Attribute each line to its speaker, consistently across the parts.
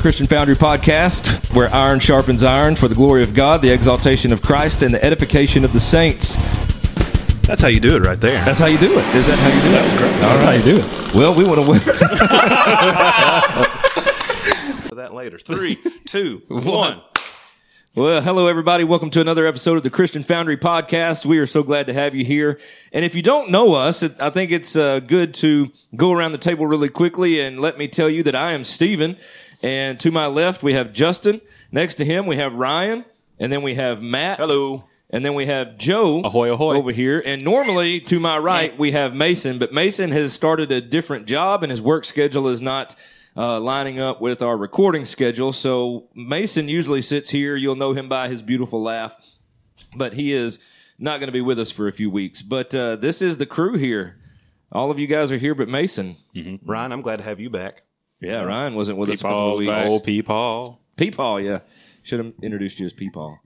Speaker 1: Christian Foundry podcast, where iron sharpens iron for the glory of God, the exaltation of Christ, and the edification of the saints.
Speaker 2: That's how you do it right there.
Speaker 1: That's how you do it. Is that how you do it? That's correct.
Speaker 3: That's how you do it.
Speaker 1: Well, we want to win.
Speaker 2: For that later. Three, two, one.
Speaker 1: Well, hello everybody. Welcome to another episode of the Christian Foundry Podcast. We are so glad to have you here. And if you don't know us, it, I think it's uh, good to go around the table really quickly and let me tell you that I am Steven. And to my left, we have Justin. Next to him, we have Ryan. And then we have Matt.
Speaker 2: Hello.
Speaker 1: And then we have Joe
Speaker 3: Ahoy, ahoy.
Speaker 1: over here. And normally to my right, we have Mason, but Mason has started a different job and his work schedule is not uh, lining up with our recording schedule. So Mason usually sits here. You'll know him by his beautiful laugh, but he is not going to be with us for a few weeks. But uh, this is the crew here. All of you guys are here, but Mason.
Speaker 2: Ryan, I'm glad to have you back.
Speaker 1: Yeah, Ryan wasn't with us a couple of
Speaker 3: Paul's
Speaker 1: weeks.
Speaker 3: back. Old peepaw.
Speaker 1: Peepaw, yeah. Should have introduced you as Peepaw.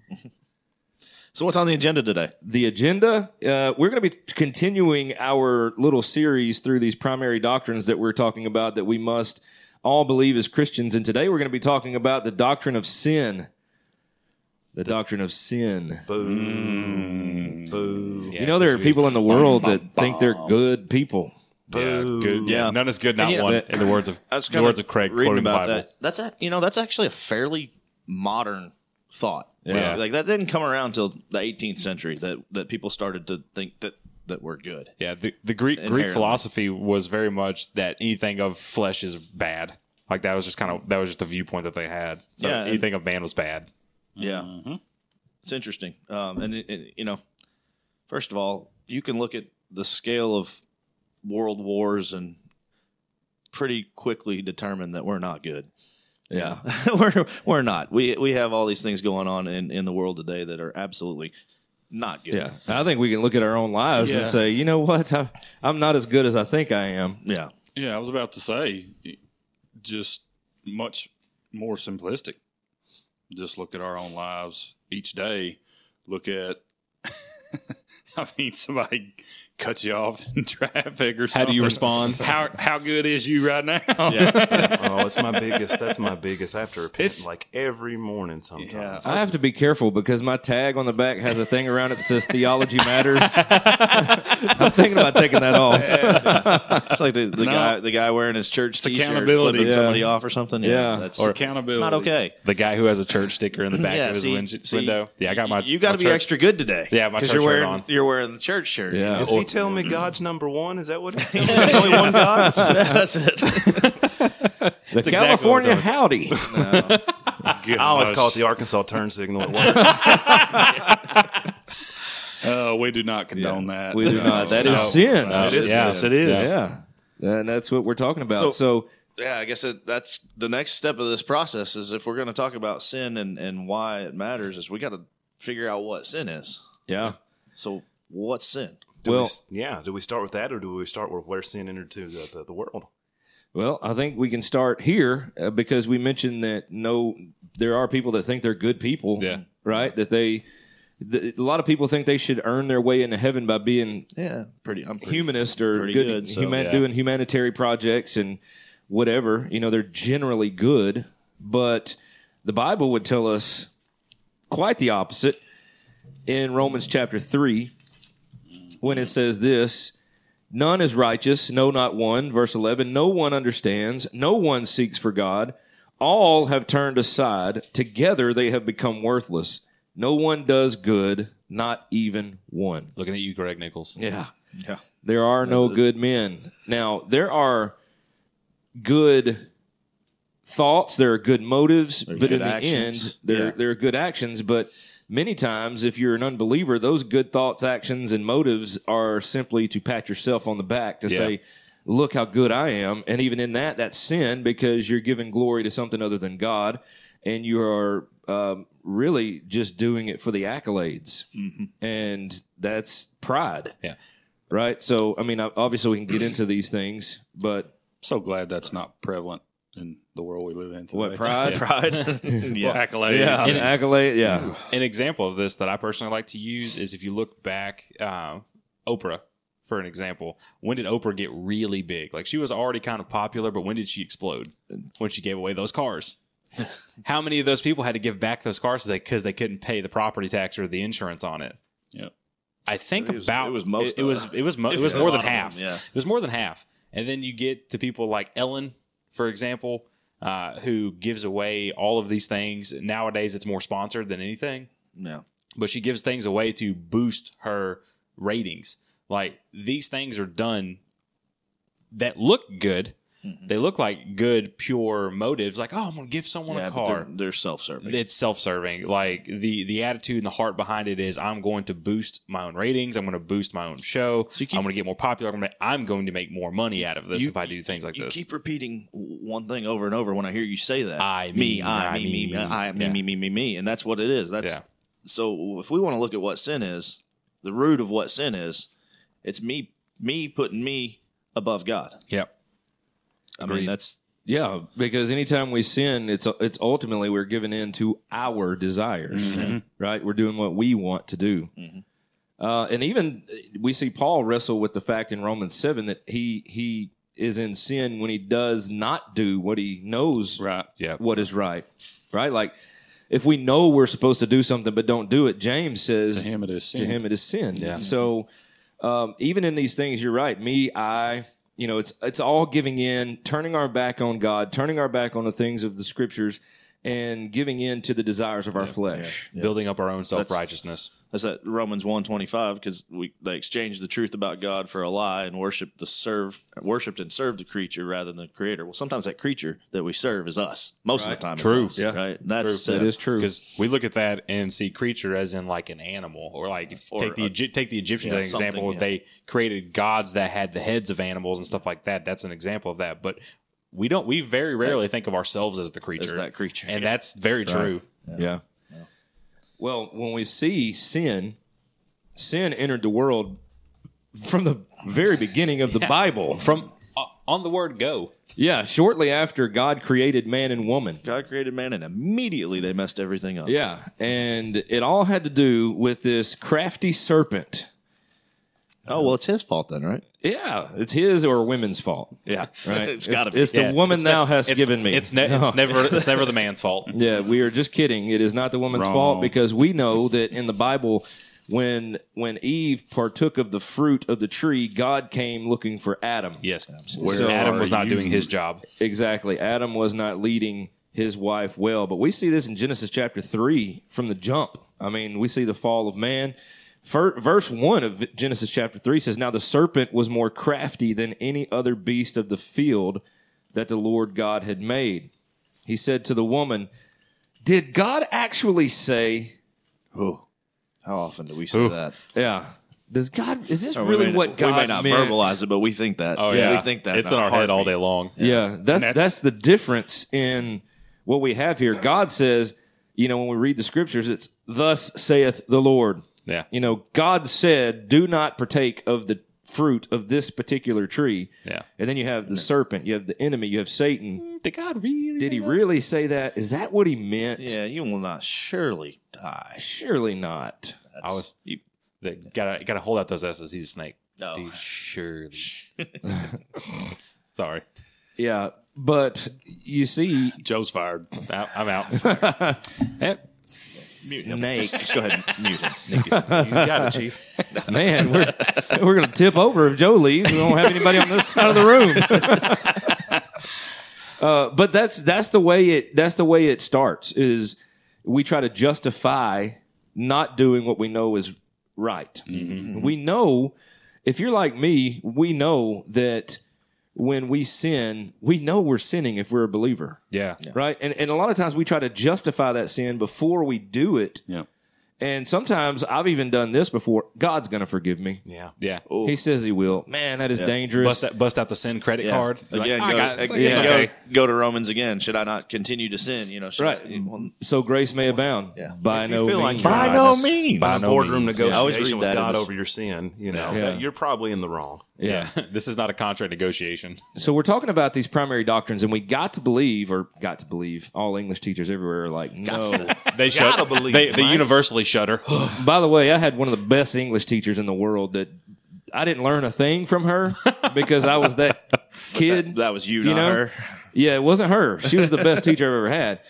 Speaker 4: So what's on the agenda today?
Speaker 1: the agenda. Uh, we're going to be t- continuing our little series through these primary doctrines that we're talking about that we must all believe as Christians. And today we're going to be talking about the doctrine of sin. The doctrine of sin.
Speaker 5: Mm.
Speaker 2: Boom. Boo.
Speaker 1: you know, there are people in the world that think they're good people.
Speaker 5: Yeah, good. Yeah,
Speaker 4: Yeah.
Speaker 5: none is good, not
Speaker 4: And, you know,
Speaker 5: one.
Speaker 1: that-
Speaker 5: in the words of
Speaker 4: I was
Speaker 5: the
Speaker 4: kinda
Speaker 5: words of Craig
Speaker 4: reading
Speaker 5: quoting the
Speaker 4: about
Speaker 5: Bible.
Speaker 4: that. That's a, you know that's actually a fairly modern thought.
Speaker 5: Yeah.
Speaker 4: like that didn't come around till the 18th century that that people started to think that that we're good.
Speaker 5: Yeah, the, the Greek Greek
Speaker 4: Inherently.
Speaker 5: philosophy was very much that anything of flesh is bad. Like that was just kind of that was just the viewpoint that they had. So
Speaker 4: Yeah, and-
Speaker 5: anything of man was bad.
Speaker 4: Yeah,
Speaker 5: Mm-hmm.
Speaker 4: it's interesting. Um, and it, it- you know, first of all, you can look at the scale of world wars and pretty quickly determine that we're not good.
Speaker 1: Yeah.
Speaker 4: we're we're not. We we have all these things going on in in the world today that are absolutely not good.
Speaker 1: Yeah. I think we can look at our own lives and
Speaker 4: Yeah.
Speaker 1: say, you know what? I, I'm not as good as I think I am.
Speaker 4: yeah.
Speaker 6: Yeah, I was about to say, just much more simplistic. Just look at our own lives each day. Look at, I mean, somebody cuts you off in traffic or something.
Speaker 5: How do you respond?
Speaker 6: How how good is you right now?
Speaker 2: Oh, it's my biggest. That's my biggest. I have to repent
Speaker 6: It's-
Speaker 2: like every morning sometimes.
Speaker 1: I have to be careful because my tag on the back has a thing around it that says theology matters. I'm thinking about taking that off.
Speaker 4: It's like the, the guy the guy wearing his church t-shirt
Speaker 6: accountability.
Speaker 4: flipping
Speaker 6: Yeah.
Speaker 4: somebody off or something.
Speaker 1: Yeah.
Speaker 4: that's
Speaker 6: It's accountability.
Speaker 4: not okay.
Speaker 5: The guy who has a church sticker in the back
Speaker 4: Yeah,
Speaker 5: of his
Speaker 4: see-
Speaker 5: win-
Speaker 4: see,
Speaker 5: window. Yeah, I got my.
Speaker 4: You got to
Speaker 5: my
Speaker 4: be
Speaker 5: church-
Speaker 4: extra good today.
Speaker 5: Yeah, my
Speaker 4: 'Cause
Speaker 5: church
Speaker 4: you're
Speaker 5: shirt
Speaker 4: wearing
Speaker 5: on.
Speaker 4: you're wearing the church shirt.
Speaker 1: Yeah.
Speaker 2: Is he telling me God's number one? Is that what he's telling me? There's only one God.
Speaker 4: that's it.
Speaker 1: The
Speaker 5: exactly what
Speaker 1: California
Speaker 5: we're doing.
Speaker 1: howdy.
Speaker 2: I always call it the Arkansas turn signal. At work.
Speaker 6: Uh, we do not condone that.
Speaker 1: We do
Speaker 6: No.
Speaker 1: not. That is sin.
Speaker 5: Oh,
Speaker 2: It is
Speaker 5: yeah. it
Speaker 2: sin.
Speaker 5: is.
Speaker 1: Yeah. And that's what we're talking about. So,
Speaker 4: So- yeah, I guess that, that's the next step of this process is if we're going to talk about sin and and why it matters is we got to figure out what sin is.
Speaker 1: yeah.
Speaker 4: So what's sin?
Speaker 2: Do we
Speaker 1: Well-
Speaker 2: s- yeah. Do we start with that, or do we start with where sin entered to the, the, the world?
Speaker 1: Well, I think we can start here uh, because we mentioned that no, there are people that think they're good people.
Speaker 5: Yeah.
Speaker 1: Right? That they, th- a lot of people think they should earn their way into heaven by being
Speaker 4: Yeah, pretty. I'm pretty
Speaker 1: humanist or
Speaker 4: pretty
Speaker 1: good,
Speaker 4: good, so,
Speaker 1: human-
Speaker 5: yeah.
Speaker 1: doing humanitarian projects and whatever. You know, they're generally good, but the Bible would tell us quite the opposite in Romans chapter 3 when it says this None is righteous, no, not one. Verse 11 No one understands, no one seeks for God. All have turned aside. Together they have become worthless. No one does good, not even one.
Speaker 5: Looking at you, Greg Nichols.
Speaker 1: Yeah.
Speaker 4: Yeah.
Speaker 1: There are no good men. Now, there are good thoughts, there are good motives, but
Speaker 4: good
Speaker 1: in the
Speaker 4: actions.
Speaker 1: end, there,
Speaker 4: Yeah.
Speaker 1: there are good actions. But many times, if you're an unbeliever, those good thoughts, actions, and motives are simply to pat yourself on the back to say, Look how good I am. And even in that, that's sin because you're giving glory to something other than God and you are um, really just doing it for the accolades.
Speaker 4: Mm-hmm.
Speaker 1: And that's pride right? So, I mean, I- obviously, we can get into these things, but
Speaker 6: So glad that's not prevalent in the world we live in. Today.
Speaker 1: what pride,
Speaker 4: pride.
Speaker 6: Well,
Speaker 4: yeah.
Speaker 6: accolades.
Speaker 1: yeah, an accolade, yeah,
Speaker 5: An example of this that I personally like to use is if you look back, um, Oprah, for an example. When did Oprah get really big? Like she was already kind of popular, but when did she explode? When she gave away those cars. How many of those people had to give back those cars because they couldn't pay the property tax or the insurance on it?
Speaker 6: Yep.
Speaker 5: I think
Speaker 4: It was-
Speaker 5: about
Speaker 4: it was most
Speaker 5: It,
Speaker 4: of
Speaker 5: was
Speaker 4: it.
Speaker 5: it was mo- it
Speaker 4: It
Speaker 5: was
Speaker 4: was a
Speaker 5: more
Speaker 4: lot
Speaker 5: than
Speaker 4: of them,
Speaker 5: half.
Speaker 4: yeah.
Speaker 5: it was more than half. And then you get to people like Ellen, for example, uh, who gives away all of these things. Nowadays, it's more sponsored than anything
Speaker 4: No.
Speaker 5: but she gives things away to boost her ratings. Like these things are done that look good.
Speaker 4: Mm-hmm.
Speaker 5: They look like good, pure motives. Like, oh, I'm gonna give someone
Speaker 4: Yeah,
Speaker 5: a
Speaker 4: but they're,
Speaker 5: car.
Speaker 4: they're self-serving.
Speaker 5: It's self-serving. Like the the attitude and the heart behind it is, I'm going to boost my own ratings. I'm going to boost my own show.
Speaker 4: you keep-
Speaker 5: I'm going to get more popular. I'm, gonna, I'm going to make more money out of this
Speaker 4: You-
Speaker 5: if I do things like
Speaker 4: you
Speaker 5: this.
Speaker 4: keep repeating w- one thing over and over when I hear you say that.
Speaker 5: I, me,
Speaker 4: me, I,
Speaker 5: I,
Speaker 4: me, me,
Speaker 5: me,
Speaker 4: me, I, me,
Speaker 5: yeah.
Speaker 4: me, me, me, me, and that's what it is. That's
Speaker 5: Yeah.
Speaker 4: so. If we want to look at what sin is, the root of what sin is, it's me, me putting me above God.
Speaker 5: yep.
Speaker 4: I mean,
Speaker 5: Agreed.
Speaker 4: that's
Speaker 1: Yeah, because anytime we sin, it's it's ultimately we're giving in to our desires, right? We're doing what we want to do, uh, and even uh, we see Paul wrestle with the fact in Romans seven that he he is in sin when he does not do what he knows
Speaker 6: Right.
Speaker 5: Yeah.
Speaker 1: what is right, right? Like if we know we're supposed to do something but don't do it, James says
Speaker 6: To him it is
Speaker 1: to
Speaker 6: sin.
Speaker 1: him it is sin. So um, even in these things, you're right. Me, I, you know, it's it's all giving in, turning our back on God, turning our back on the things of the scriptures, and giving in to the desires of our flesh.
Speaker 5: Building up our own self righteousness.
Speaker 4: that's that Romans one twenty five because we they exchanged the truth about God for a lie and worshipped the serve worshipped and served the creature rather than the Creator. Well, sometimes that creature that we serve is us. Most of the time,
Speaker 5: True.
Speaker 4: It's us,
Speaker 1: Yeah.
Speaker 4: right. That's
Speaker 1: That is true.
Speaker 5: because we look at that and see creature as in like an animal or like if you
Speaker 4: Or
Speaker 5: take the
Speaker 4: a-
Speaker 5: Egy- take the Egyptians
Speaker 4: yeah,
Speaker 5: as an example
Speaker 4: something, yeah.
Speaker 5: they created gods that had the heads of animals and stuff like that that's an example of that but we don't we very rarely think of ourselves as the creature
Speaker 4: that creature,
Speaker 5: and that's very true
Speaker 1: Yeah. Well, when we see sin, sin entered the world from the very beginning of the Bible.
Speaker 5: from uh, on the word go
Speaker 1: Yeah, shortly after God created man and woman.
Speaker 4: God created man, and immediately they messed everything up.
Speaker 1: Yeah, and it all had to do with this crafty serpent.
Speaker 4: Oh well, it's his fault then, right?
Speaker 1: Yeah, it's his or women's fault. Yeah, right.
Speaker 4: It's gotta be.
Speaker 1: It's the
Speaker 5: Yeah,
Speaker 1: woman
Speaker 5: it's
Speaker 1: thou
Speaker 5: ne-
Speaker 1: hast
Speaker 5: it's-
Speaker 1: given me.
Speaker 5: it's, ne- it's never it's never the man's fault
Speaker 1: yeah, we are just kidding. It is not the woman's
Speaker 6: Wrong.
Speaker 1: fault because we know that in the Bible, when when Eve partook of the fruit of the tree, God came looking for Adam.
Speaker 5: yes
Speaker 1: So
Speaker 5: Adam was
Speaker 6: are
Speaker 5: not
Speaker 6: you?
Speaker 5: doing his job
Speaker 1: Exactly. Adam was not leading his wife well. But we see this in Genesis chapter 3 from the jump. I mean, we see the fall of man. Fir- Verse 1 of Genesis chapter 3 says, Now the serpent was more crafty than any other beast of the field that the Lord God had made. He said to the woman, Did God actually say,
Speaker 4: How often do we say that?
Speaker 1: Yeah, does God, is this
Speaker 4: Or Oh, we
Speaker 1: really
Speaker 4: may-
Speaker 1: what
Speaker 4: we
Speaker 1: God
Speaker 4: may not
Speaker 1: meant?
Speaker 4: verbalize it, but we think that.
Speaker 5: oh yeah
Speaker 4: we think that.
Speaker 5: it's in our head all day long
Speaker 1: Yeah, that's, that's
Speaker 6: that's-
Speaker 1: the difference in what we have here. God says, you know, when we read the scriptures, it's thus saith the Lord.
Speaker 5: Yeah.
Speaker 1: You know, God said, do not partake of the fruit of this particular tree.
Speaker 5: Yeah.
Speaker 1: And then you have the serpent, you have the enemy, you have Satan.
Speaker 5: did God really
Speaker 1: Did he really say that? Is that what he meant?
Speaker 4: Yeah, you will not surely die.
Speaker 1: Surely not.
Speaker 5: I was
Speaker 4: You-
Speaker 5: that gotta gotta hold out those s's. He's a snake.
Speaker 4: No.
Speaker 5: Dude, surely. Sorry,
Speaker 1: Yeah. But you see,
Speaker 6: Joe's fired.
Speaker 5: I- I'm out. Yep.
Speaker 1: snake.
Speaker 4: Just go ahead and mute it.
Speaker 2: You got it, Chief.
Speaker 1: Man, we're, we're going to tip over if Joe leaves. We won't have anybody on this side of the room. uh, but that's that's the way it that's the way it starts. Is we try to justify not doing what we know is right. We know if you're like me, we know that when we sin, we know we're sinning if we're a believer,
Speaker 5: Yeah.
Speaker 1: right? And and a lot of times we try to justify that sin before we do it.
Speaker 6: Yeah.
Speaker 1: And sometimes I've even done this before. God's going to forgive me.
Speaker 2: Yeah.
Speaker 5: Yeah.
Speaker 1: He says he will. Man, that is dangerous.
Speaker 5: Bust out, bust out the sin credit
Speaker 4: Yeah.
Speaker 5: card. You're like,
Speaker 4: Again,
Speaker 5: I
Speaker 4: go,
Speaker 5: got it. It's,
Speaker 4: again,
Speaker 5: it's
Speaker 4: go-
Speaker 5: okay.
Speaker 4: go to Romans again. Should I not continue to sin? You know, should
Speaker 1: Right.
Speaker 4: I, well,
Speaker 1: so grace may abound. By
Speaker 2: If you
Speaker 1: no
Speaker 2: feel like
Speaker 1: means.
Speaker 2: you're
Speaker 4: by
Speaker 2: By
Speaker 4: no
Speaker 2: no
Speaker 4: means.
Speaker 5: By
Speaker 2: A
Speaker 5: no
Speaker 2: boardroom
Speaker 5: means.
Speaker 4: I always read
Speaker 2: negotiation
Speaker 4: that
Speaker 2: with
Speaker 4: in
Speaker 2: God
Speaker 4: this-
Speaker 2: over your sin. You know,
Speaker 1: Yeah.
Speaker 2: that you're probably in the wrong.
Speaker 1: yeah.
Speaker 5: this is not a contract negotiation.
Speaker 1: So we're talking about these primary doctrines, and we got to believe, or got to believe, all English teachers everywhere are like, no.
Speaker 5: They shut.
Speaker 2: believe,
Speaker 5: they they
Speaker 2: Mike.
Speaker 5: universally shudder.
Speaker 1: By the way, I had one of the best English teachers in the world that I didn't learn a thing from her because I was that kid.
Speaker 4: That was you,
Speaker 1: You
Speaker 4: not
Speaker 1: know?
Speaker 4: her.
Speaker 1: Yeah, it wasn't her. She was the best teacher I've ever had.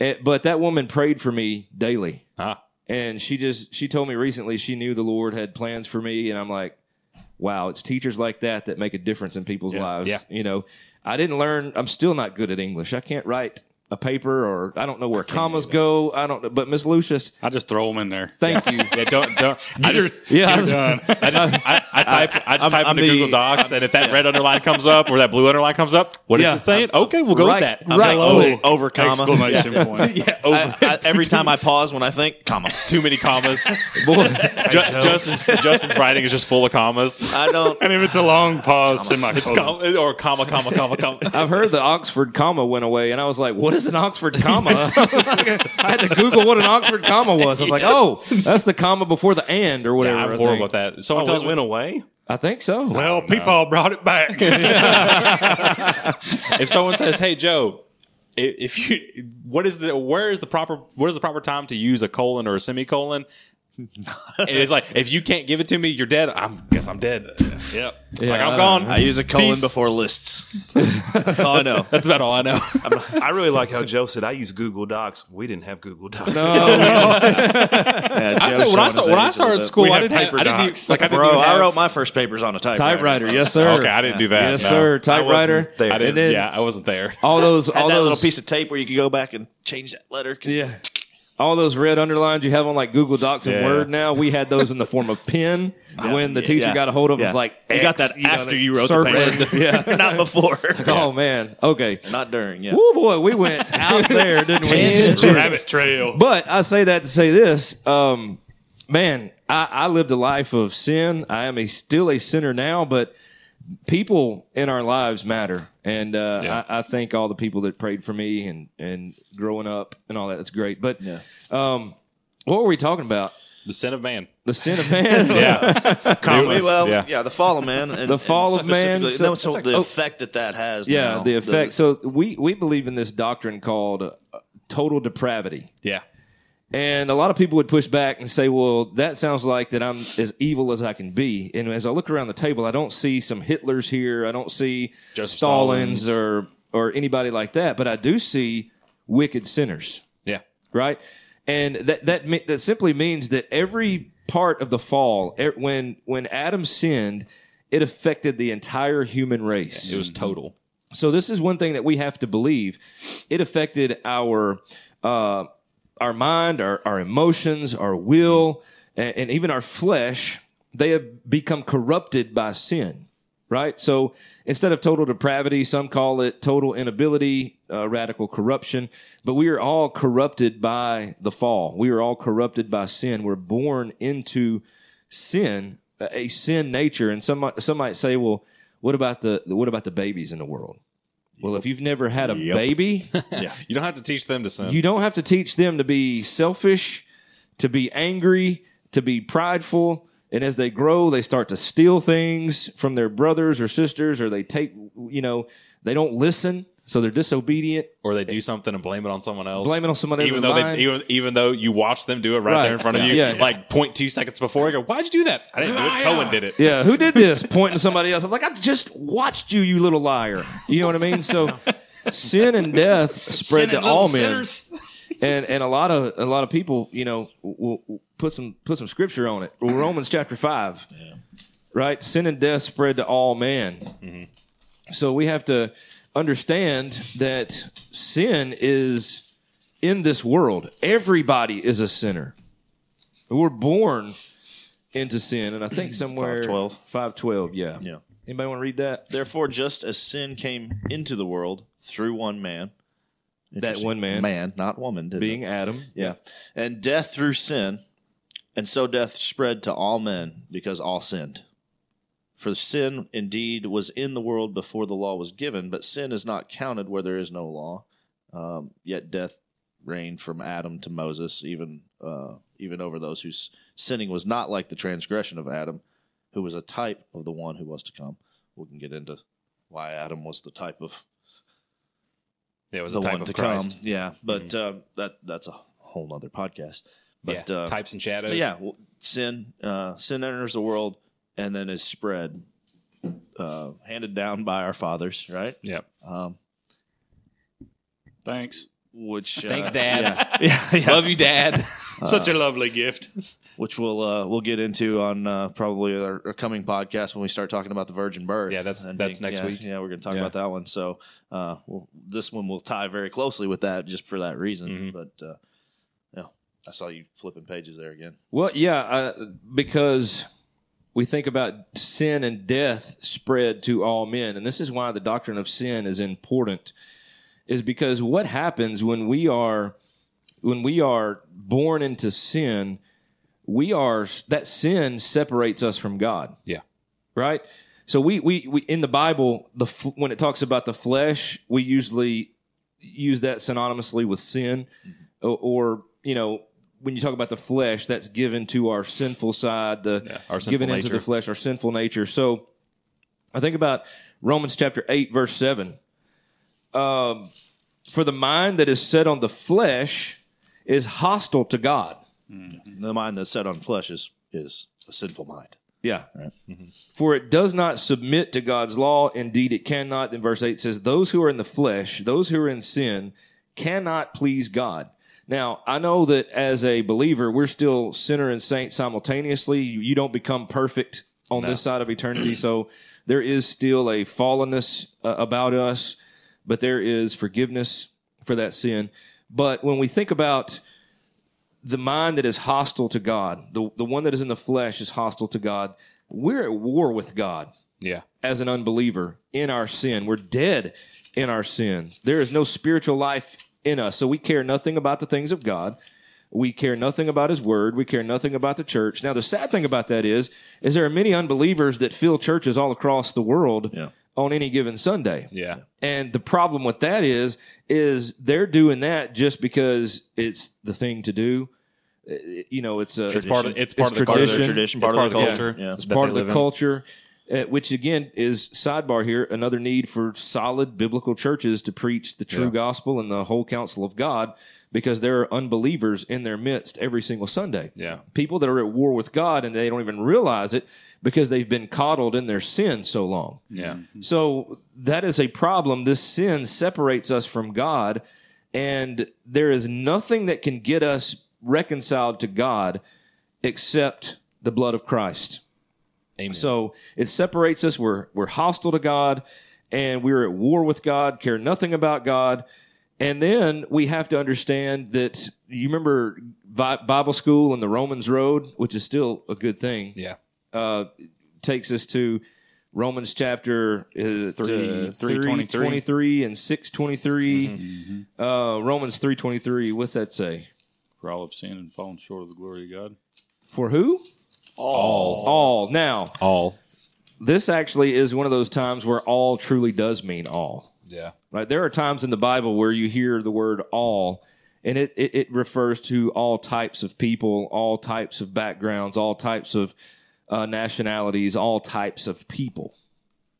Speaker 1: Eh, but that woman prayed for me daily.
Speaker 5: Ah.
Speaker 1: And she just she told me recently she knew the Lord had plans for me and I'm like, wow, it's teachers like that that make a difference in people's lives,
Speaker 5: yeah.
Speaker 1: you know. I didn't learn I'm still not good at English. I can't write a paper or I don't know where commas go. I don't know, but Miss Lucius,
Speaker 6: I just throw them in there.
Speaker 1: thank you.
Speaker 5: Yeah, don't don't. I just,
Speaker 1: Yeah,
Speaker 5: yeah,
Speaker 1: I'm-
Speaker 5: I, just, I, I type I just type
Speaker 1: I'm
Speaker 5: into
Speaker 1: the-
Speaker 5: Google Docs, and if that red underline comes up or that blue underline comes up, what is
Speaker 1: Yeah.
Speaker 5: it saying? Okay, we'll go
Speaker 1: Right,
Speaker 5: with that.
Speaker 1: I'm right.
Speaker 5: Hello.
Speaker 1: Oh.
Speaker 4: over comma.
Speaker 6: Exclamation point.
Speaker 5: Yeah, over.
Speaker 4: I- I- every time I pause when I think comma,
Speaker 5: too many commas.
Speaker 1: Boy,
Speaker 5: Ju- Justin's Justin's writing is just full of commas.
Speaker 4: I don't.
Speaker 6: And if it's a long pause, semi
Speaker 5: It's comma or comma comma comma comma.
Speaker 1: I've heard the Oxford comma went away, and I was like, "What is an Oxford comma?" I had to Google what an Oxford comma was. I was like, "Oh, that's the comma before the and or whatever."
Speaker 5: I'm
Speaker 1: I
Speaker 5: horrible
Speaker 1: think.
Speaker 5: at that. Someone
Speaker 2: Oh,
Speaker 5: tells
Speaker 2: it
Speaker 5: me
Speaker 2: went away.
Speaker 1: I think so.
Speaker 6: Well, people brought it back.
Speaker 5: if someone says, "Hey Joe, i- if you what is the where is the proper what is the proper time to use a colon or a semicolon?" and it's like if you can't give it to me, you're dead. I'm guess I'm dead.
Speaker 6: yep.
Speaker 5: like I'm gone.
Speaker 4: I use a colon
Speaker 5: Peace.
Speaker 4: before lists. That's all I know.
Speaker 5: That's about all I know.
Speaker 2: I really like how Joe said I use Google Docs. We didn't have Google Docs.
Speaker 4: Yeah,
Speaker 5: I
Speaker 4: Joe's
Speaker 5: said when I,
Speaker 4: showing
Speaker 5: saw,
Speaker 4: his
Speaker 5: when
Speaker 4: age
Speaker 5: I
Speaker 4: a
Speaker 5: started
Speaker 1: uh,
Speaker 4: little bit.
Speaker 5: school,
Speaker 6: We
Speaker 5: I
Speaker 6: had
Speaker 5: didn't have,
Speaker 6: paper
Speaker 5: I didn't
Speaker 6: docs.
Speaker 5: even, like I didn't
Speaker 4: Bro,
Speaker 5: even
Speaker 4: I
Speaker 5: have-
Speaker 4: wrote my first papers on a typewriter.
Speaker 1: typewriter, yes sir.
Speaker 5: Okay, I didn't do that.
Speaker 1: yes
Speaker 5: no.
Speaker 1: sir.
Speaker 2: I wasn't
Speaker 1: Typewriter.
Speaker 2: there.
Speaker 5: I didn't.
Speaker 1: And then
Speaker 5: yeah, I wasn't there.
Speaker 1: all those,
Speaker 4: Had
Speaker 1: all
Speaker 4: that
Speaker 1: those
Speaker 4: little piece of tape where you could go back and change that letter. 'cause-
Speaker 1: Yeah. All those red underlines you have on like Google Docs and
Speaker 5: Yeah.
Speaker 1: Word now, we had those in the form of pen. When the teacher
Speaker 4: yeah,
Speaker 1: got a hold of them, it
Speaker 4: yeah.
Speaker 1: was like,
Speaker 4: You got
Speaker 1: X,
Speaker 4: that after you wrote the
Speaker 1: circled. Yeah.
Speaker 4: not before,
Speaker 1: Oh man. Okay.
Speaker 4: not during. Yeah,
Speaker 1: Oh boy, we went out there, didn't we?
Speaker 6: Rabbit trail.
Speaker 1: But I say that to say this, um, man, I, I lived a life of sin. I am a still a sinner now, but people in our lives matter, and uh,
Speaker 5: Yeah.
Speaker 1: I, I thank all the people that prayed for me and and growing up and all that. That's great. But
Speaker 4: Yeah.
Speaker 1: um, what were we talking about?
Speaker 5: The sin of man.
Speaker 1: The sin of man.
Speaker 5: Yeah,
Speaker 4: Wait, well,
Speaker 5: Yeah.
Speaker 4: yeah. the fall of man, and,
Speaker 1: The fall
Speaker 4: and
Speaker 1: of man,
Speaker 4: specifically-
Speaker 1: so-
Speaker 4: no, so
Speaker 1: it's like-
Speaker 4: the
Speaker 1: oh.
Speaker 4: effect that that has.
Speaker 1: Yeah,
Speaker 4: now,
Speaker 1: the effect. so we we believe in this doctrine called uh, total depravity.
Speaker 5: yeah.
Speaker 1: And a lot of people would push back and say, well, that sounds like that I'm as evil as I can be. And as I look around the table, I don't see some Hitlers here. I don't see
Speaker 5: Joseph
Speaker 1: Stalins,
Speaker 5: Stalins.
Speaker 1: or or anybody like that. But I do see wicked sinners,
Speaker 5: Yeah.
Speaker 1: right? And that that me- that simply means that every part of the fall, e- when when Adam sinned, it affected the entire human race.
Speaker 5: It was total.
Speaker 1: So this is one thing that we have to believe. It affected our uh, our mind, our, our emotions, our will, and, and even our flesh. They have become corrupted by sin, right? So instead of total depravity, some call it total inability, uh, radical corruption. But we are all corrupted by the fall. We are all corrupted by sin. We're born into sin, a sin nature. And some might- some might say, well, what about the what about the babies in the world? Well, if you've never had a baby,
Speaker 5: You don't have to teach them to sin.
Speaker 1: you don't have to teach them to be selfish, to be angry, to be prideful. And as they grow, they start to steal things from their brothers or sisters, or they take, you know, they don't listen, so they're disobedient.
Speaker 5: or they do something and blame it on someone else.
Speaker 1: Blame it on someone else.
Speaker 5: even though
Speaker 1: Mine-
Speaker 5: they, even, even though you watch them do it right,
Speaker 1: Right.
Speaker 5: there in front of you,
Speaker 1: Yeah.
Speaker 5: like 0.2 seconds before, you go, "Why'd you do that? I didn't do it. Cohen did it."
Speaker 1: Yeah, who did this? Pointing to somebody else. I was like, I just watched you, you little liar. You know what I mean? So sin and death spread to all men. and and a lot of a lot of people, you know, will, will put some put some scripture on it. Well, Romans chapter five, right? Sin and death spread to all man. So we have to understand that sin is in this world. Everybody is a sinner. We're born into sin, and I think somewhere
Speaker 4: 5:12.
Speaker 1: five twelve, yeah,
Speaker 4: Yeah.
Speaker 1: Anybody want to read that?
Speaker 4: Therefore, just as sin came into the world through one man,
Speaker 1: That one man,
Speaker 4: man, not woman, didn't
Speaker 1: being
Speaker 4: it?
Speaker 1: Adam,
Speaker 4: yeah, and death through sin, and so death spread to all men because all sinned. For sin indeed was in the world before the law was given, but sin is not counted where there is no law. Um, yet death reigned from Adam to Moses, even uh, even over those whose sinning was not like the transgression of Adam, who was a type of the one who was to come. We can get into why Adam was the type of
Speaker 5: Yeah, it was
Speaker 4: the
Speaker 5: a type
Speaker 4: one
Speaker 5: of
Speaker 4: to
Speaker 5: Christ.
Speaker 4: come. Yeah, but um, that that's a whole nother podcast. But
Speaker 5: Mm-hmm. yeah,
Speaker 4: uh,
Speaker 5: types and shadows.
Speaker 4: but yeah, well, sin uh, sin enters the world and then is spread, uh, handed down by our fathers, right?
Speaker 5: yeah.
Speaker 6: Thanks.
Speaker 4: which uh,
Speaker 5: Thanks, Dad.
Speaker 4: yeah, yeah,
Speaker 5: Love you, Dad.
Speaker 6: Such a lovely gift.
Speaker 4: which we'll uh, we'll get into on uh, probably our, our coming podcast when we start talking about the virgin birth.
Speaker 5: Yeah, that's- that's next
Speaker 4: yeah,
Speaker 5: week.
Speaker 4: Yeah, we're going to talk
Speaker 1: Yeah.
Speaker 4: about that one. So uh, we'll, this one will tie very closely with that, just for that reason.
Speaker 5: Mhm.
Speaker 4: But uh, yeah, I saw you flipping pages there again.
Speaker 1: Well, yeah, uh, because we think about sin and death spread to all men, and this is why the doctrine of sin is important. Is because what happens when we are when we are born into sin, we are that sin separates us from God.
Speaker 5: Yeah.
Speaker 1: Right. So we we, we in the Bible, the f- when it talks about the flesh, we usually use that synonymously with sin,
Speaker 5: Mm-hmm.
Speaker 1: or, or you know. When you talk about the flesh, that's given to our sinful side, the
Speaker 5: our sinful
Speaker 1: given into
Speaker 5: nature.
Speaker 1: the flesh, our sinful nature. So, I think about Romans chapter eight, verse seven. Um, for the mind that is set on the flesh is hostile to God.
Speaker 4: The mind that's set on flesh is is a sinful mind.
Speaker 1: Yeah. Mm-hmm. For it does not submit to God's law. Indeed, it cannot. In verse 8 says, Those who are in the flesh, those who are in sin, cannot please God. Now, I know that as a believer, we're still sinner and saint simultaneously. You, you don't become perfect on this side of eternity. so there is still a fallenness uh, about us, but there is forgiveness for that sin. But when we think about the mind that is hostile to God, the, the one that is in the flesh is hostile to God. We're at war with God
Speaker 5: yeah.
Speaker 1: as an unbeliever in our sin. We're dead in our sin. There is no spiritual life in us. So we care nothing about the things of God. We care nothing about his word. We care nothing about the church. Now the sad thing about that is is there are many unbelievers that fill churches all across the world
Speaker 4: Yeah.
Speaker 1: on any given Sunday.
Speaker 5: Yeah.
Speaker 1: And the problem with that is, is they're doing that just because it's the thing to do. Uh, You know, it's a
Speaker 5: It's part of it's part
Speaker 1: It's
Speaker 5: of the
Speaker 1: tradition.
Speaker 5: culture.
Speaker 4: Tradition,
Speaker 5: It's
Speaker 4: part of the culture.
Speaker 5: culture.
Speaker 4: Yeah.
Speaker 1: It's
Speaker 5: that
Speaker 1: part
Speaker 5: they
Speaker 1: of the
Speaker 5: live in.
Speaker 1: culture, uh, which again is sidebar here. Another need for solid biblical churches to preach the true gospel and the whole counsel of God, because there are unbelievers in their midst every single Sunday.
Speaker 5: Yeah.
Speaker 1: people that are at war with God and they don't even realize it because they've been coddled in their sin so long.
Speaker 5: Yeah.
Speaker 6: Mm-hmm.
Speaker 1: So that is a problem. This sin separates us from God, and there is nothing that can get us reconciled to God except the blood of Christ.
Speaker 5: Amen.
Speaker 1: So it separates us. We're we're hostile to God, and we're at war with God. Care nothing about God. And then we have to understand that you remember Vi- Bible school and the Romans Road, which is still a good thing
Speaker 5: Yeah.
Speaker 1: takes us to Romans chapter uh,
Speaker 6: Three-
Speaker 1: uh,
Speaker 6: three
Speaker 1: 23
Speaker 6: twenty-three. Mm-hmm.
Speaker 1: and six Uh, Romans three twenty three. What's that say?
Speaker 6: For all have sinned and fallen short of the glory of God.
Speaker 1: For who? All. All. Now,
Speaker 5: All.
Speaker 1: this actually is one of those times where all truly does mean all.
Speaker 5: Yeah.
Speaker 1: Right? There are times in the Bible where you hear the word all, and it, it, it refers to all types of people, all types of backgrounds, all types of uh, nationalities, all types of people.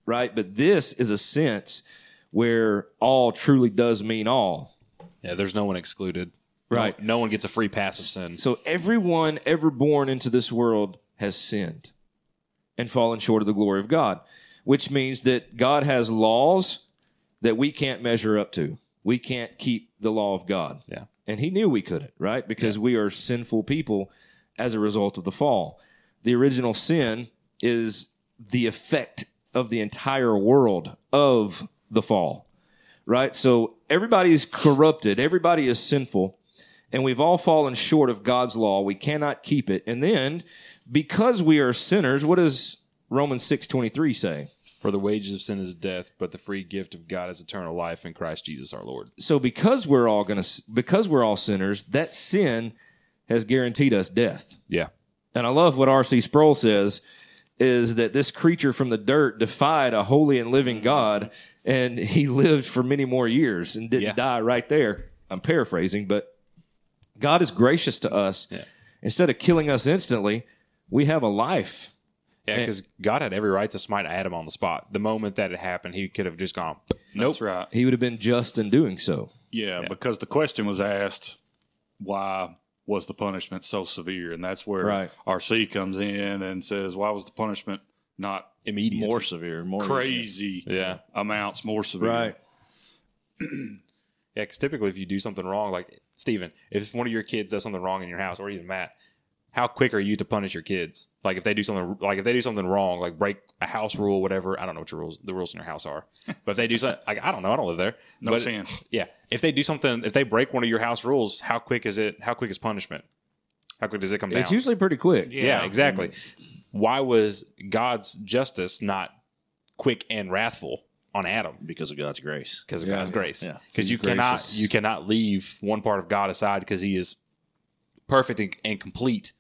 Speaker 1: Right? But this is a sense where all truly does mean all.
Speaker 5: Yeah. There's no one excluded.
Speaker 1: Right.
Speaker 5: No, no one gets a free pass of sin.
Speaker 1: So everyone ever born into this world has sinned and fallen short of the glory of God, which means that God has laws that we can't measure up to. We can't keep the law of God.
Speaker 5: Yeah.
Speaker 1: And he knew we couldn't, right? Because we are sinful people as a result of the fall. The original sin is the effect of the entire world of the fall, right? So everybody's corrupted, everybody is sinful, and we've all fallen short of God's law. We cannot keep it. And then because we are sinners, what does Romans 6:23 say?
Speaker 5: For the wages of sin is death, but the free gift of God is eternal life in Christ Jesus our Lord.
Speaker 1: so because we're all gonna because we're all sinners that sin has guaranteed us death
Speaker 5: Yeah.
Speaker 1: and i love what rc sproul says is that this creature from the dirt defied a holy and living god and he lived for many more years and didn't
Speaker 5: Yeah.
Speaker 1: die right there i'm paraphrasing but god is gracious to us instead of killing us instantly we have a life
Speaker 5: Yeah,
Speaker 6: Eh.
Speaker 5: because God had every right to smite Adam on the spot. The moment that it happened, he could have just gone, nope.
Speaker 6: That's right.
Speaker 1: he would have been just in doing so
Speaker 6: Yeah, because the question was asked, why was the punishment so severe? And that's where
Speaker 1: Right.
Speaker 6: RC comes in and says, why was the punishment not
Speaker 5: Immediate.
Speaker 4: More severe, more
Speaker 6: crazy
Speaker 5: Yeah.
Speaker 6: amounts more severe?
Speaker 5: Yeah, because typically if you do something wrong, like Steven, if one of your kids does something wrong in your house, or even Matt, how quick are you to punish your kids? Like if they do something, like if they do something wrong, like break a house rule, whatever. I don't know what your rules, the rules in your house are, but if they do something, like, I don't know, I don't live there.
Speaker 6: No
Speaker 5: but,
Speaker 6: sin.
Speaker 5: Yeah, if they do something, if they break one of your house rules, how quick is it? How quick is punishment? How quick does it come down?
Speaker 1: It's usually pretty quick.
Speaker 5: Yeah, exactly. Why was God's justice not quick and wrathful on Adam?
Speaker 4: because of God's grace.
Speaker 5: Because of
Speaker 1: Yeah.
Speaker 5: God's grace.
Speaker 4: Yeah.
Speaker 5: Because you
Speaker 1: He's
Speaker 5: cannot
Speaker 1: gracious.
Speaker 5: you cannot leave one part of God aside because He is perfect and, and complete.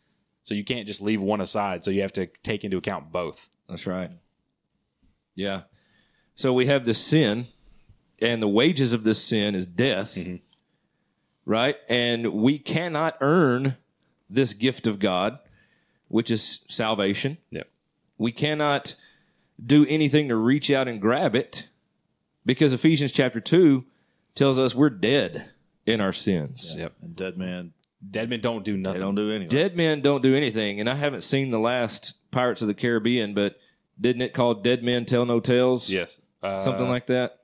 Speaker 5: So you can't just leave one aside. So you have to take into account both.
Speaker 1: That's right. Yeah. So we have this sin, and the wages of this sin is death,
Speaker 5: Mm-hmm.
Speaker 1: right? And we cannot earn this gift of God, which is salvation.
Speaker 5: Yep.
Speaker 1: We cannot do anything to reach out and grab it because Ephesians chapter 2 tells us we're dead in our sins.
Speaker 5: Yep.
Speaker 4: And dead man,
Speaker 5: Dead men don't do
Speaker 4: they
Speaker 5: nothing.
Speaker 4: don't do anything.
Speaker 1: Dead men don't do anything, and I haven't seen the last Pirates of the Caribbean, but didn't it call Dead Men Tell No Tales?
Speaker 5: yes. Uh,
Speaker 1: something like that.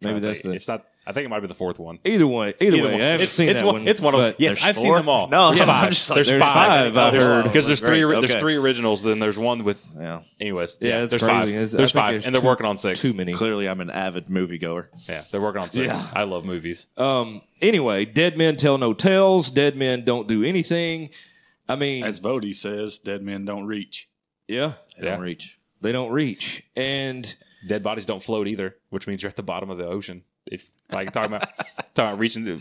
Speaker 5: trying
Speaker 1: Maybe
Speaker 5: to
Speaker 1: that's
Speaker 5: think.
Speaker 1: the
Speaker 5: It's not. I think it might be the fourth one.
Speaker 1: either way. Either, way,
Speaker 5: one.
Speaker 1: I haven't
Speaker 5: it's,
Speaker 1: seen
Speaker 5: it's
Speaker 1: that
Speaker 5: one,
Speaker 1: one.
Speaker 5: It's one of
Speaker 1: but-
Speaker 5: yes, I've seen
Speaker 4: four?
Speaker 5: them all.
Speaker 4: No,
Speaker 5: there's
Speaker 4: I'm
Speaker 5: five.
Speaker 4: just like,
Speaker 5: there's,
Speaker 4: there's
Speaker 5: five.
Speaker 1: five, I've heard.
Speaker 5: because there's three.
Speaker 4: Great,
Speaker 5: There's
Speaker 4: okay.
Speaker 5: three originals. Then there's one with.
Speaker 4: Yeah.
Speaker 5: Anyways,
Speaker 1: Yeah, that's
Speaker 5: there's
Speaker 1: crazy.
Speaker 5: five.
Speaker 1: It's- I
Speaker 5: there's
Speaker 1: think
Speaker 5: five,
Speaker 1: there's
Speaker 5: and they're
Speaker 1: too-
Speaker 5: working on six.
Speaker 1: too many.
Speaker 4: Clearly, I'm an avid moviegoer.
Speaker 5: Yeah, Uh, they're working on six.
Speaker 1: Yeah.
Speaker 5: I love movies.
Speaker 1: Um. Anyway, dead men tell no tales. Dead men don't do anything. I mean,
Speaker 6: As Vody says, dead men don't reach.
Speaker 1: yeah,
Speaker 4: I
Speaker 5: Yeah.
Speaker 4: don't reach.
Speaker 1: they don't reach, and
Speaker 5: Dead bodies don't float either, which means you're at the bottom of the ocean. If like talking about talking about reaching, to,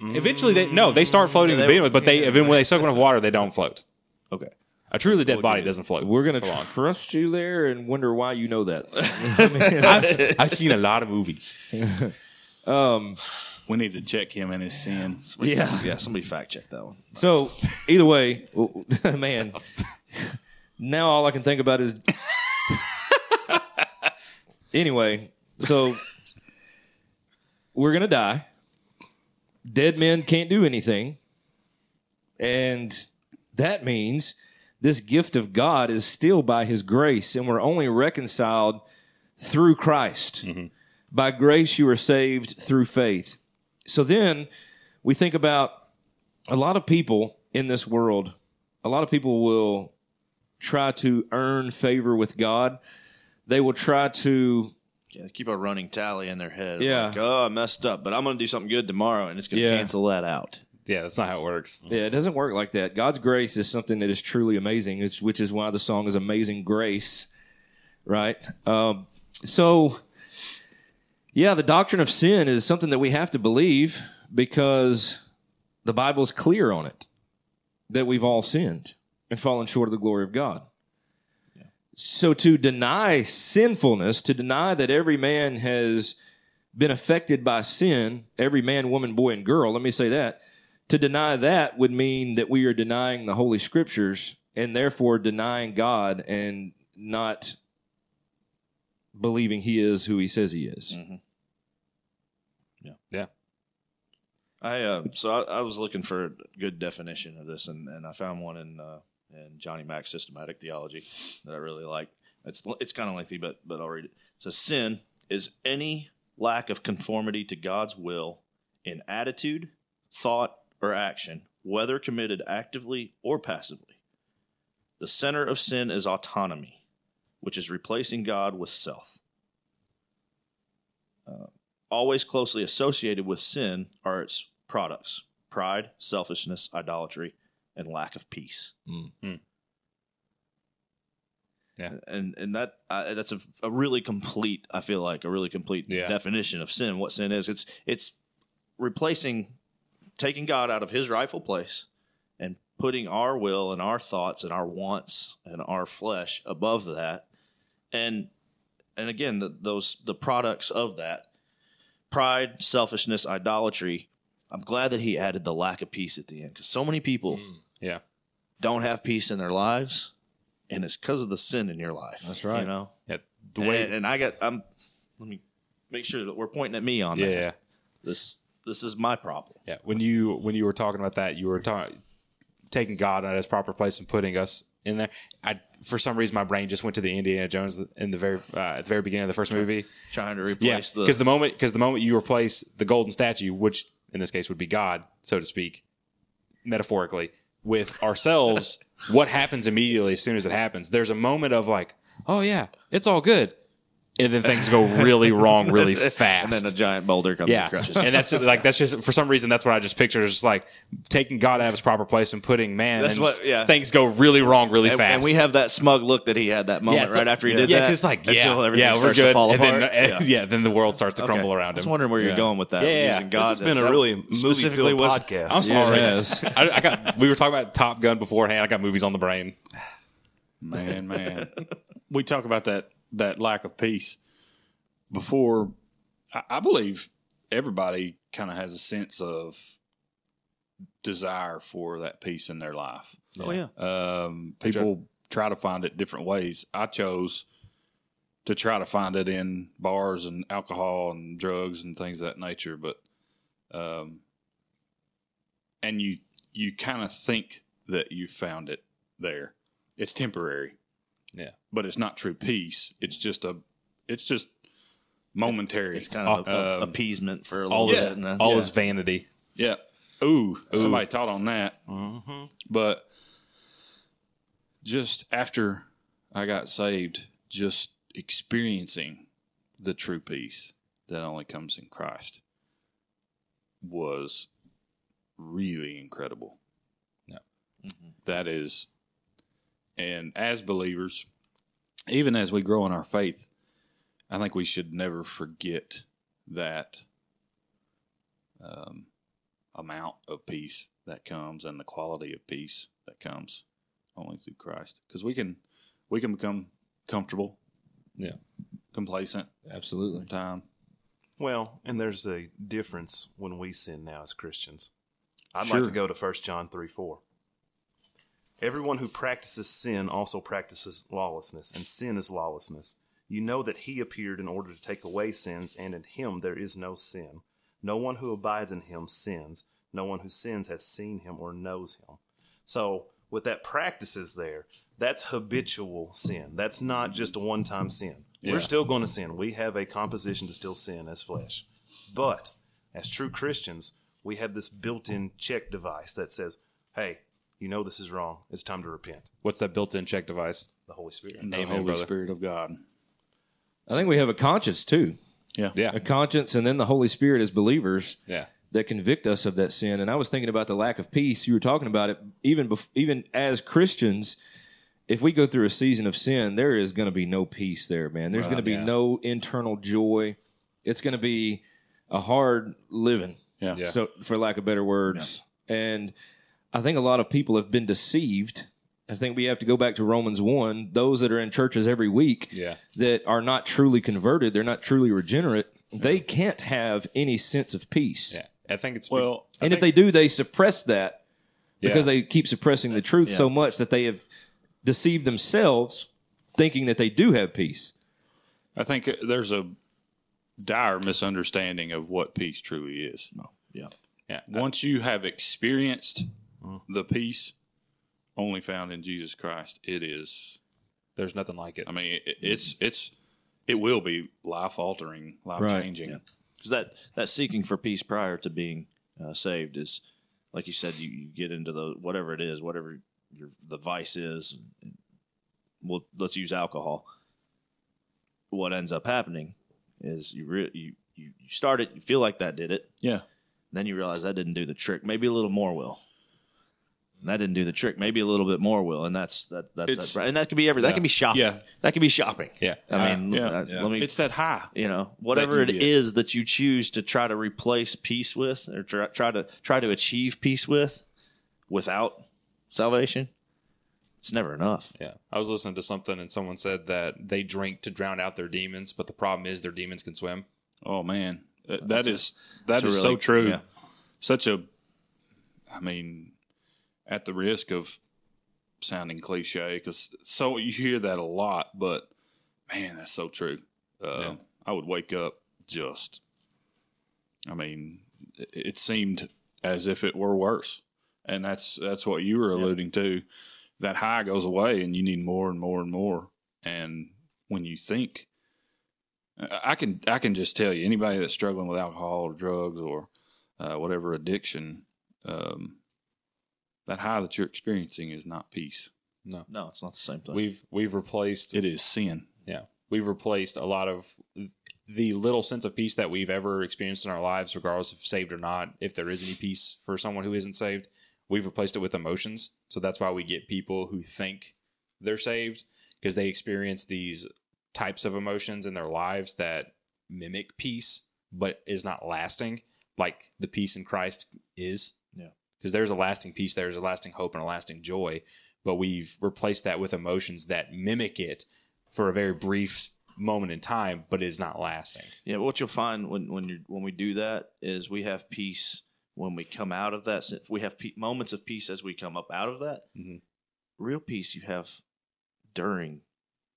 Speaker 5: eventually they no, they start floating to
Speaker 4: Mm, They-
Speaker 5: begin with, but they even when they soak enough water, they don't float.
Speaker 4: Okay.
Speaker 5: A truly dead body doesn't float.
Speaker 1: we're gonna trust you there and wonder why you know that.
Speaker 5: I've, I've seen a lot of movies.
Speaker 6: We need to check him and his sin.
Speaker 1: yeah.
Speaker 4: Yeah, somebody fact check that one.
Speaker 1: So either way, w- man. Now all I can think about is. anyway, so we're gonna die. Dead men can't do anything, and that means this gift of God is still by His grace, and we're only reconciled through Christ. By grace, you are saved through faith. So then we think about a lot of people in this world, a lot of people will try to earn favor with God. They will try to,
Speaker 4: Yeah, they keep a running tally in their head. of
Speaker 1: Yeah.
Speaker 4: Like, oh, I messed up, but I'm going to do something good tomorrow, and it's going to
Speaker 1: Yeah.
Speaker 4: cancel that out.
Speaker 5: Yeah, that's not how it works.
Speaker 1: yeah, it doesn't work like that. God's grace is something that is truly amazing, which, which is why the song is Amazing Grace, right? Um, so, yeah, the doctrine of sin is something that we have to believe because the Bible's clear on it that we've all sinned and fallen short of the glory of God. So to deny sinfulness, to deny that every man has been affected by sin, every man, woman, boy, and girl, let me say that, to deny that would mean that we are denying the Holy Scriptures and therefore denying God and not believing He is who He says He is.
Speaker 4: I uh, so I, I was looking for a good definition of this, and, and I found one in uh, in Johnny Mack's systematic theology that I really like. It's it's kind of lengthy, but but I'll read it. So sin is any lack of conformity to God's will in attitude, thought, or action, whether committed actively or passively. The center of sin is autonomy, which is replacing God with self Uh, always closely associated with sin are its products pride, selfishness, idolatry, and lack of peace.
Speaker 1: Mm.
Speaker 5: Mm. Yeah.
Speaker 4: And and that uh, that's a, a really complete I feel like a really complete
Speaker 5: Yeah.
Speaker 4: definition of sin. What sin is? It's it's replacing taking God out of his rightful place and putting our will and our thoughts and our wants and our flesh above that. And and again, the, those the products of that pride, selfishness, idolatry. I'm glad that he added the lack of peace at the end because so many people
Speaker 5: Yeah.
Speaker 4: don't have peace in their lives, and it's because of the sin in your life.
Speaker 1: That's right.
Speaker 4: You know,
Speaker 5: Yeah. The way.
Speaker 4: and, and I got I'm. Let me make sure that we're pointing at me on
Speaker 5: yeah,
Speaker 4: that.
Speaker 5: yeah.
Speaker 4: This this is my problem.
Speaker 5: Yeah, when you when you were talking about that, you were talking taking God out of his proper place and putting us in there. I, for some reason, my brain just went to the Indiana Jones in the very uh, at the very beginning of the first movie.
Speaker 4: trying to
Speaker 5: Yeah,
Speaker 4: replace
Speaker 5: because the,
Speaker 4: the
Speaker 5: moment because the moment you replace the golden statue, which in this case would be God, so to speak, metaphorically, with ourselves, what happens immediately as soon as it happens? There's a moment of like, oh yeah, it's all good, and then things go really wrong really fast.
Speaker 4: and then a giant boulder comes
Speaker 5: yeah,
Speaker 4: and crushes.
Speaker 5: and that's like that's just for some reason that's what I just pictured. It's just like taking God out of his proper place and putting man.
Speaker 4: That's
Speaker 5: and
Speaker 4: what- yeah.
Speaker 5: Things go really wrong really
Speaker 4: and,
Speaker 5: fast.
Speaker 4: and we have that smug look that he had that moment
Speaker 5: it's
Speaker 4: right
Speaker 5: like-
Speaker 4: after he
Speaker 5: yeah.
Speaker 4: did
Speaker 5: yeah,
Speaker 4: that.
Speaker 5: because like yeah,
Speaker 4: until everything
Speaker 5: yeah, we're
Speaker 4: starts to
Speaker 5: good,
Speaker 4: fall
Speaker 5: and
Speaker 4: apart.
Speaker 5: then, yeah. then the world starts to
Speaker 4: Okay.
Speaker 5: crumble around him.
Speaker 4: I was wondering where you're going with that.
Speaker 5: Yeah, yeah,
Speaker 4: Using
Speaker 5: yeah.
Speaker 4: God
Speaker 2: This has
Speaker 4: to-
Speaker 2: been a
Speaker 4: that
Speaker 2: really movie
Speaker 4: specifically
Speaker 2: filled
Speaker 4: was-
Speaker 2: podcast.
Speaker 5: I'm sorry.
Speaker 1: it is.
Speaker 5: I, I got. We were talking about Top Gun beforehand. I got movies on the brain.
Speaker 6: man, man. we talk about that that lack of peace before. I, I believe everybody kind of has a sense of desire for that peace in their life.
Speaker 4: Oh yeah.
Speaker 5: Uh,
Speaker 6: Um, people try to find it different ways. I chose to try to find it in bars and alcohol and drugs and things of that nature. But, um, and you you kind of think that you found it there. It's temporary.
Speaker 5: Yeah.
Speaker 6: but it's not true peace. It's just a, it's just momentary.
Speaker 4: It's kind of a- a-
Speaker 6: Um,
Speaker 4: appeasement for a little
Speaker 5: uh, All
Speaker 4: bit.
Speaker 5: his
Speaker 4: and then-
Speaker 5: all
Speaker 4: yeah.
Speaker 5: his vanity.
Speaker 6: Yeah. Ooh, somebody taught on that. But just after I got saved, just experiencing the true peace that only comes in Christ was really incredible.
Speaker 5: Yeah.
Speaker 6: That is, and as believers, even as we grow in our faith, I think we should never forget that um, amount of peace that comes and the quality of peace that comes only through Christ. Because we can we can become comfortable,
Speaker 5: Yeah.
Speaker 6: complacent
Speaker 1: Absolutely.
Speaker 6: in time.
Speaker 2: Well, and there's a difference when we sin now as Christians. I'd
Speaker 6: Sure.
Speaker 2: like to go to 1 John 3 4. Everyone who practices sin also practices lawlessness, and sin is lawlessness. You know that he appeared in order to take away sins, and in him there is no sin. No one who abides in him sins. No one who sins has seen him or knows him. So, with that practices there, that's habitual sin. That's not just a one time sin. We're still going to sin. We have a composition to still sin as flesh. But as true Christians, we have this built in check device that says, hey, you know this is wrong. It's time to repent.
Speaker 5: What's that built-in check device?
Speaker 2: The Holy Spirit.
Speaker 6: the Holy
Speaker 5: brother.
Speaker 6: Spirit of God.
Speaker 1: I think we have a conscience too.
Speaker 6: Yeah.
Speaker 5: Yeah.
Speaker 1: A conscience and then the Holy Spirit as believers
Speaker 5: Yeah.
Speaker 1: that convict us of that sin. And I was thinking about the lack of peace. You were talking about it even bef- even as Christians. If we go through a season of sin, there is going to be no peace there, man. There's going to be no internal joy. It's going to be a hard living,
Speaker 6: Yeah. Yeah.
Speaker 1: so for lack of better words. And I think a lot of people have been deceived. I think we have to go back to Romans 1. Those that are in churches every week
Speaker 5: Yeah.
Speaker 1: that are not truly converted, they're not truly regenerate, they can't have any sense of peace.
Speaker 5: Yeah. I think it's
Speaker 6: Well, I
Speaker 1: And if
Speaker 6: think-
Speaker 1: they do, they suppress that because
Speaker 5: Yeah.
Speaker 1: they keep suppressing the truth so much that they have deceived themselves thinking that they do have peace.
Speaker 6: I think uh, there's a dire misunderstanding of what peace truly is.
Speaker 4: Yeah.
Speaker 5: yeah.
Speaker 6: Once you have experienced
Speaker 5: Uh-huh.
Speaker 6: the peace only found in Jesus Christ, it is
Speaker 5: There's nothing like it.
Speaker 6: I mean, it, it's it's it will be life altering, life changing.
Speaker 4: because that that seeking for peace prior to being uh, saved is like you said you, you get into the whatever it is whatever your the vice is and well let's use alcohol what ends up happening is you re- you you you start it you feel like that did it
Speaker 6: Yeah,
Speaker 4: then you realize that didn't do the trick maybe a little more will and that didn't do the trick maybe a little bit more will and that's that that's
Speaker 6: It's-
Speaker 4: that, and that could be every that could be shopping
Speaker 6: Yeah.
Speaker 4: that could be shopping
Speaker 5: Yeah.
Speaker 4: i mean
Speaker 6: yeah.
Speaker 4: uh, let me
Speaker 6: it's that high.
Speaker 4: you know whatever
Speaker 6: you
Speaker 4: it is
Speaker 6: get.
Speaker 4: that you choose to try to replace peace with or try, try to try to achieve peace with without salvation it's never enough
Speaker 5: Yeah. I was listening to something and someone said that they drink to drown out their demons, but the problem is their demons can swim.
Speaker 6: Oh man, Uh, that is
Speaker 4: that's
Speaker 6: that
Speaker 4: a
Speaker 6: is
Speaker 4: really-
Speaker 6: so true.
Speaker 4: yeah.
Speaker 6: Such a, I mean, at the risk of sounding cliche, because so you hear that a lot, but man, that's so true. Uh,
Speaker 5: Yeah.
Speaker 6: I would wake up just, I mean, it, it seemed as if it were worse. and that's that's what you were alluding to. That high goes away, and you need more and more and more. And when you think, I I can I can just tell you anybody that's struggling with alcohol or drugs or uh, whatever addiction, um, that high that you're experiencing is not peace.
Speaker 4: No, it's not the same thing.
Speaker 5: We've we've replaced
Speaker 6: It is sin.
Speaker 5: Yeah. We've replaced a lot of the little sense of peace that we've ever experienced in our lives, regardless of saved or not, if there is any peace for someone who isn't saved, we've replaced it with emotions. So that's why we get people who think they're saved because they experience these types of emotions in their lives that mimic peace but is not lasting like the peace in Christ is.
Speaker 4: Yeah.
Speaker 5: Because there's a lasting peace, there's a lasting hope and a lasting joy, but we've replaced that with emotions that mimic it for a very brief moment in time, but is not lasting.
Speaker 4: Yeah, but what you'll find when when you when we do that is we have peace when we come out of that. If we have pe- moments of peace as we come up out of that,
Speaker 5: Mhm.
Speaker 4: real peace you have during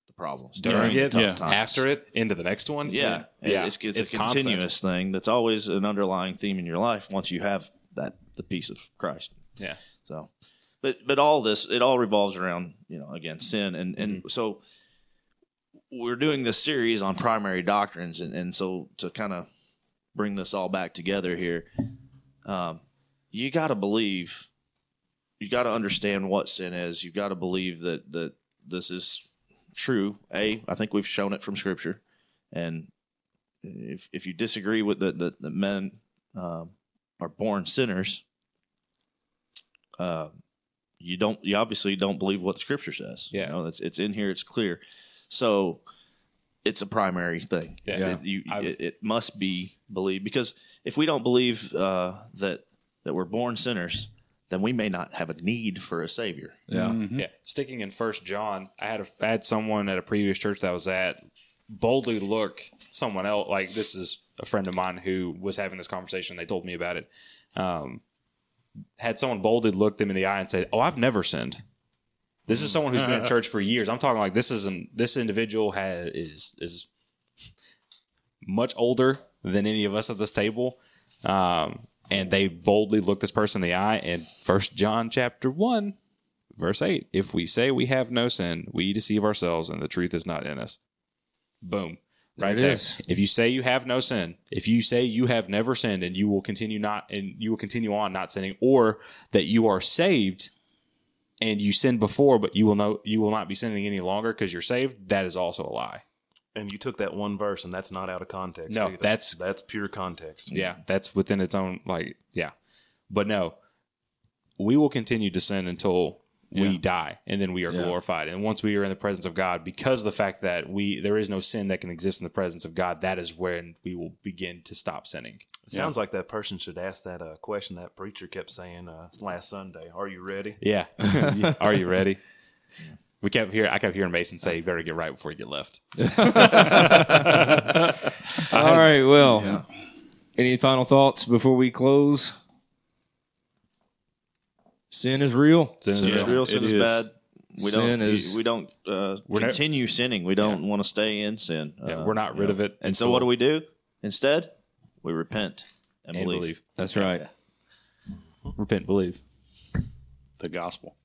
Speaker 4: the problems,
Speaker 5: During it,
Speaker 4: tough
Speaker 6: yeah.
Speaker 4: times.
Speaker 5: After it, into the next one.
Speaker 4: yeah,
Speaker 5: yeah, yeah.
Speaker 4: it's, it's, a
Speaker 5: constant.
Speaker 4: continuous thing. That's always an underlying theme in your life once you have that the peace of Christ.
Speaker 5: Yeah.
Speaker 4: So, but but all this it all revolves around you know again sin and and
Speaker 5: Mm-hmm.
Speaker 4: so we're doing this series on primary doctrines and and so to kind of bring this all back together here, um, you got to believe, you got to understand what sin is. You got to believe that that this is true. A, I think we've shown it from Scripture, and if if you disagree with that that that men um, are born sinners, uh, you don't you obviously don't believe what the Scripture says.
Speaker 5: Yeah.
Speaker 4: you know, it's it's in here. It's clear. So. It's a primary thing.
Speaker 5: Yeah.
Speaker 4: That you,
Speaker 5: I was-
Speaker 4: it, it must be believed because if we don't believe uh, that that we're born sinners, then we may not have a need for a savior.
Speaker 6: Yeah.
Speaker 4: Mm-hmm.
Speaker 5: Yeah. Sticking in First John, I had a, I had someone at a previous church that I was at boldly look someone else like this is a friend of mine who was having this conversation. They told me about it. Um, had someone boldly look them in the eye and say, "Oh, I've never sinned." This is someone who's been in church for years. I'm talking like this is an, this individual has is is much older than any of us at this table. Um, and they boldly look this person in the eye and first John chapter one verse 8 if we say we have no sin we deceive ourselves and the truth is not in us boom right
Speaker 1: There it
Speaker 5: there
Speaker 1: is.
Speaker 5: if you say you have no sin if you say you have never sinned and you will continue not and you will continue on not sinning or that you are saved and you sinned before but you will know you will not be sinning any longer because you're saved that is also a lie
Speaker 2: And you took that one verse, and that's not out of context.
Speaker 5: No,
Speaker 2: either.
Speaker 5: that's-
Speaker 2: that's pure context.
Speaker 5: Yeah, that's within its own like yeah. But no, we will continue to sin until we die and then we are glorified. And once we are in the presence of God, because of the fact that we there is no sin that can exist in the presence of God, that is when we will begin to stop sinning.
Speaker 2: It sounds like that person should ask that uh, question that preacher kept saying uh, last Sunday. Are you ready?
Speaker 5: Yeah. are you ready? We kept hearing I kept hearing Mason say, "You better get right before you get left."
Speaker 1: All right. Well, any final thoughts before we close? Sin is real.
Speaker 5: Sin is
Speaker 4: Sin is
Speaker 5: real.
Speaker 4: real. Sin
Speaker 6: it
Speaker 4: is,
Speaker 6: is.
Speaker 4: bad. We
Speaker 1: Sin
Speaker 4: don't.
Speaker 1: is-
Speaker 4: we don't uh,
Speaker 5: not-
Speaker 4: continue sinning. We don't want to stay in sin.
Speaker 5: Yeah,
Speaker 4: Uh,
Speaker 5: we're not rid of it.
Speaker 4: and so, what do we do instead? We repent and,
Speaker 5: and
Speaker 4: believe.
Speaker 5: believe.
Speaker 1: That's right.
Speaker 5: Repent, believe.
Speaker 6: The gospel.